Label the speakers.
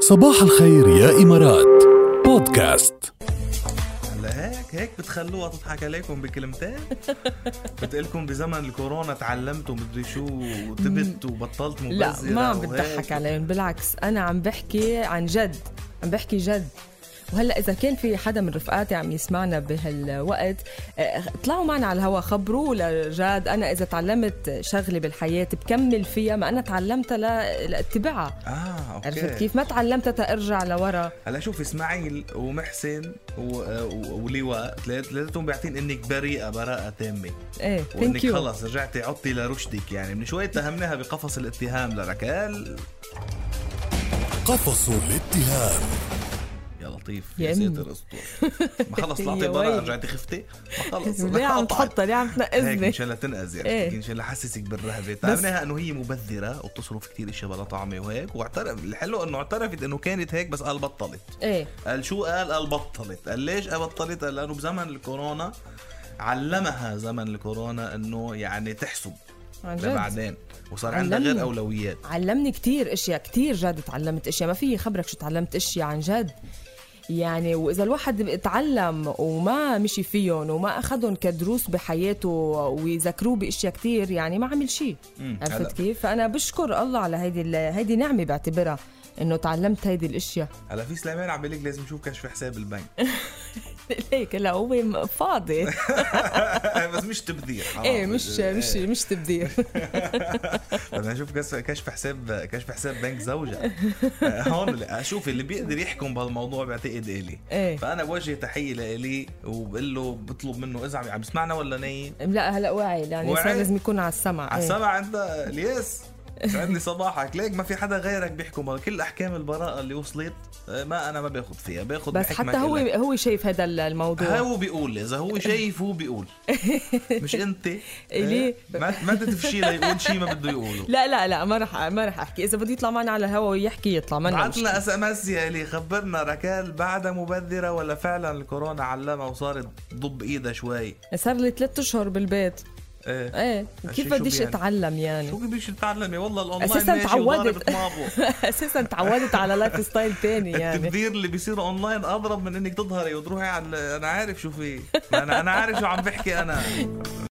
Speaker 1: صباح الخير يا إمارات بودكاست
Speaker 2: هلا هيك هيك بتخلوها تضحك عليكم بكلمتين بتقلكم بزمن الكورونا تعلمتوا مدري شو وتبت وبطلت مبزرة
Speaker 3: لا ما عم
Speaker 2: وهيك.
Speaker 3: بتضحك عليهم بالعكس انا عم بحكي عن جد عم بحكي جد وهلا اذا كان في حدا من رفقاتي عم يسمعنا بهالوقت آه، اطلعوا معنا على الهوا خبروا لجاد انا اذا تعلمت شغله بالحياه بكمل فيها ما انا تعلمتها لا- لاتبعها
Speaker 2: اه اوكي
Speaker 3: عرفت كيف ما تعلمتها تارجع لورا
Speaker 2: هلا شوف اسماعيل ومحسن و... و... ولواء ثلاثتهم بيعطين انك بريئه براءه تامه
Speaker 3: ايه
Speaker 2: وانك
Speaker 3: ثانك يو
Speaker 2: خلص رجعتي عدتي لرشدك يعني من شوي اتهمناها بقفص الاتهام لركال
Speaker 1: قفص الاتهام
Speaker 2: يا لطيف
Speaker 3: يا
Speaker 2: يا
Speaker 3: أمي.
Speaker 2: ساتر استر ما خلص طلعتي
Speaker 3: يا
Speaker 2: برا
Speaker 3: ويلي.
Speaker 2: رجعتي خفتي ما خلص
Speaker 3: ليه عم
Speaker 2: قطعت.
Speaker 3: تحطها ليه عم
Speaker 2: هيك
Speaker 3: تنقذني
Speaker 2: ان شاء الله تنقذ
Speaker 3: إيه.
Speaker 2: يعني ان شاء الله حسسك بالرهبه تعبناها انه هي مبذره وبتصرف كثير اشياء بلا طعمه وهيك واعترف الحلو انه اعترفت انه كانت هيك بس قال بطلت
Speaker 3: ايه
Speaker 2: قال شو قال قال بطلت قال ليش قال بطلت قال لانه بزمن الكورونا علمها زمن الكورونا انه يعني تحسب
Speaker 3: عن جد
Speaker 2: لبعدين وصار عندها
Speaker 3: علمني.
Speaker 2: غير اولويات
Speaker 3: علمني كتير اشياء كتير جد تعلمت اشياء ما في خبرك شو تعلمت اشياء عن جد يعني واذا الواحد تعلم وما مشي فيهم وما اخذهم كدروس بحياته ويذكروه باشياء كتير يعني ما عمل شيء
Speaker 2: مم، هلا.
Speaker 3: عرفت كيف فانا بشكر الله على هيدي ال- هيدي نعمه بعتبرها انه تعلمت هيدي الاشياء
Speaker 2: هلا في سليمان عم بيقول لك لازم نشوف كشف حساب البنك
Speaker 3: ليك لا هو م- فاضي
Speaker 2: بس مش تبذير حرام.
Speaker 3: ايه مش مش
Speaker 2: إيه.
Speaker 3: مش تبذير
Speaker 2: بدنا نشوف كس- كشف حساب كشف حساب بنك زوجة هون لا شوف اللي بيقدر يحكم بهالموضوع بعتقد الي
Speaker 3: إيه.
Speaker 2: فانا بوجه تحيه لالي وبقول له بطلب منه اذا عم- عم يسمعنا ولا نايم
Speaker 3: لا هلا واعي لانه
Speaker 2: واعي؟
Speaker 3: الإنسان لازم يكون على السمع
Speaker 2: على
Speaker 3: إيه.
Speaker 2: السبعة عندها الياس يسعد لي صباحك ليك ما في حدا غيرك بيحكم بها. كل احكام البراءه اللي وصلت آه، ما انا ما باخذ فيها باخذ
Speaker 3: بس
Speaker 2: بحكمة
Speaker 3: حتى هو
Speaker 2: إلك.
Speaker 3: هو شايف هذا الموضوع
Speaker 2: هو بيقول اذا هو شايف هو بيقول مش انت
Speaker 3: إلي.
Speaker 2: آه، ما ما تتفشي ليقول شيء ما بده يقوله
Speaker 3: لا لا لا ما رح ما رح احكي اذا بده يطلع معنا على الهوا ويحكي يطلع ما عندنا
Speaker 2: بعتنا
Speaker 3: مشكلة.
Speaker 2: اس ام اس يا الي خبرنا ركال بعدها مبذره ولا فعلا الكورونا علمها وصارت ضب ايدها شوي
Speaker 3: صار لي ثلاث اشهر بالبيت
Speaker 2: ايه
Speaker 3: ايه
Speaker 2: هالشي
Speaker 3: كيف
Speaker 2: شو
Speaker 3: بديش
Speaker 2: بيعني؟
Speaker 3: اتعلم يعني
Speaker 2: شو بدك تتعلمي والله الاونلاين
Speaker 3: أساساً
Speaker 2: ماشي
Speaker 3: تعودت.
Speaker 2: وضارب طنابه
Speaker 3: اساسا تعودت على لايف ستايل تاني يعني
Speaker 2: التبذير اللي بيصير اونلاين يعني اضرب من انك تظهري وتروحي على انا عارف شو في ما انا انا عارف شو عم بحكي انا